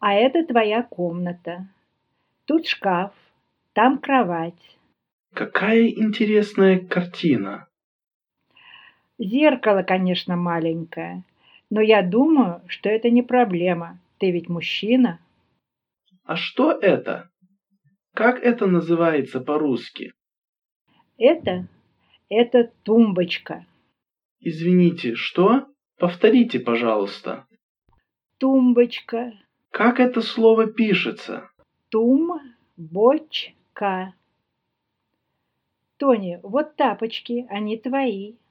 а это твоя комната. Тут шкаф, там кровать. Какая интересная картина. Зеркало, конечно, маленькое, но я думаю, что это не проблема. Ты ведь мужчина. А что это? Как это называется по-русски? Это, это тумбочка. Извините, что? Повторите, пожалуйста. Тумбочка, Как это слово пишется? тумбочка. Тони, вот тапочки, они твои.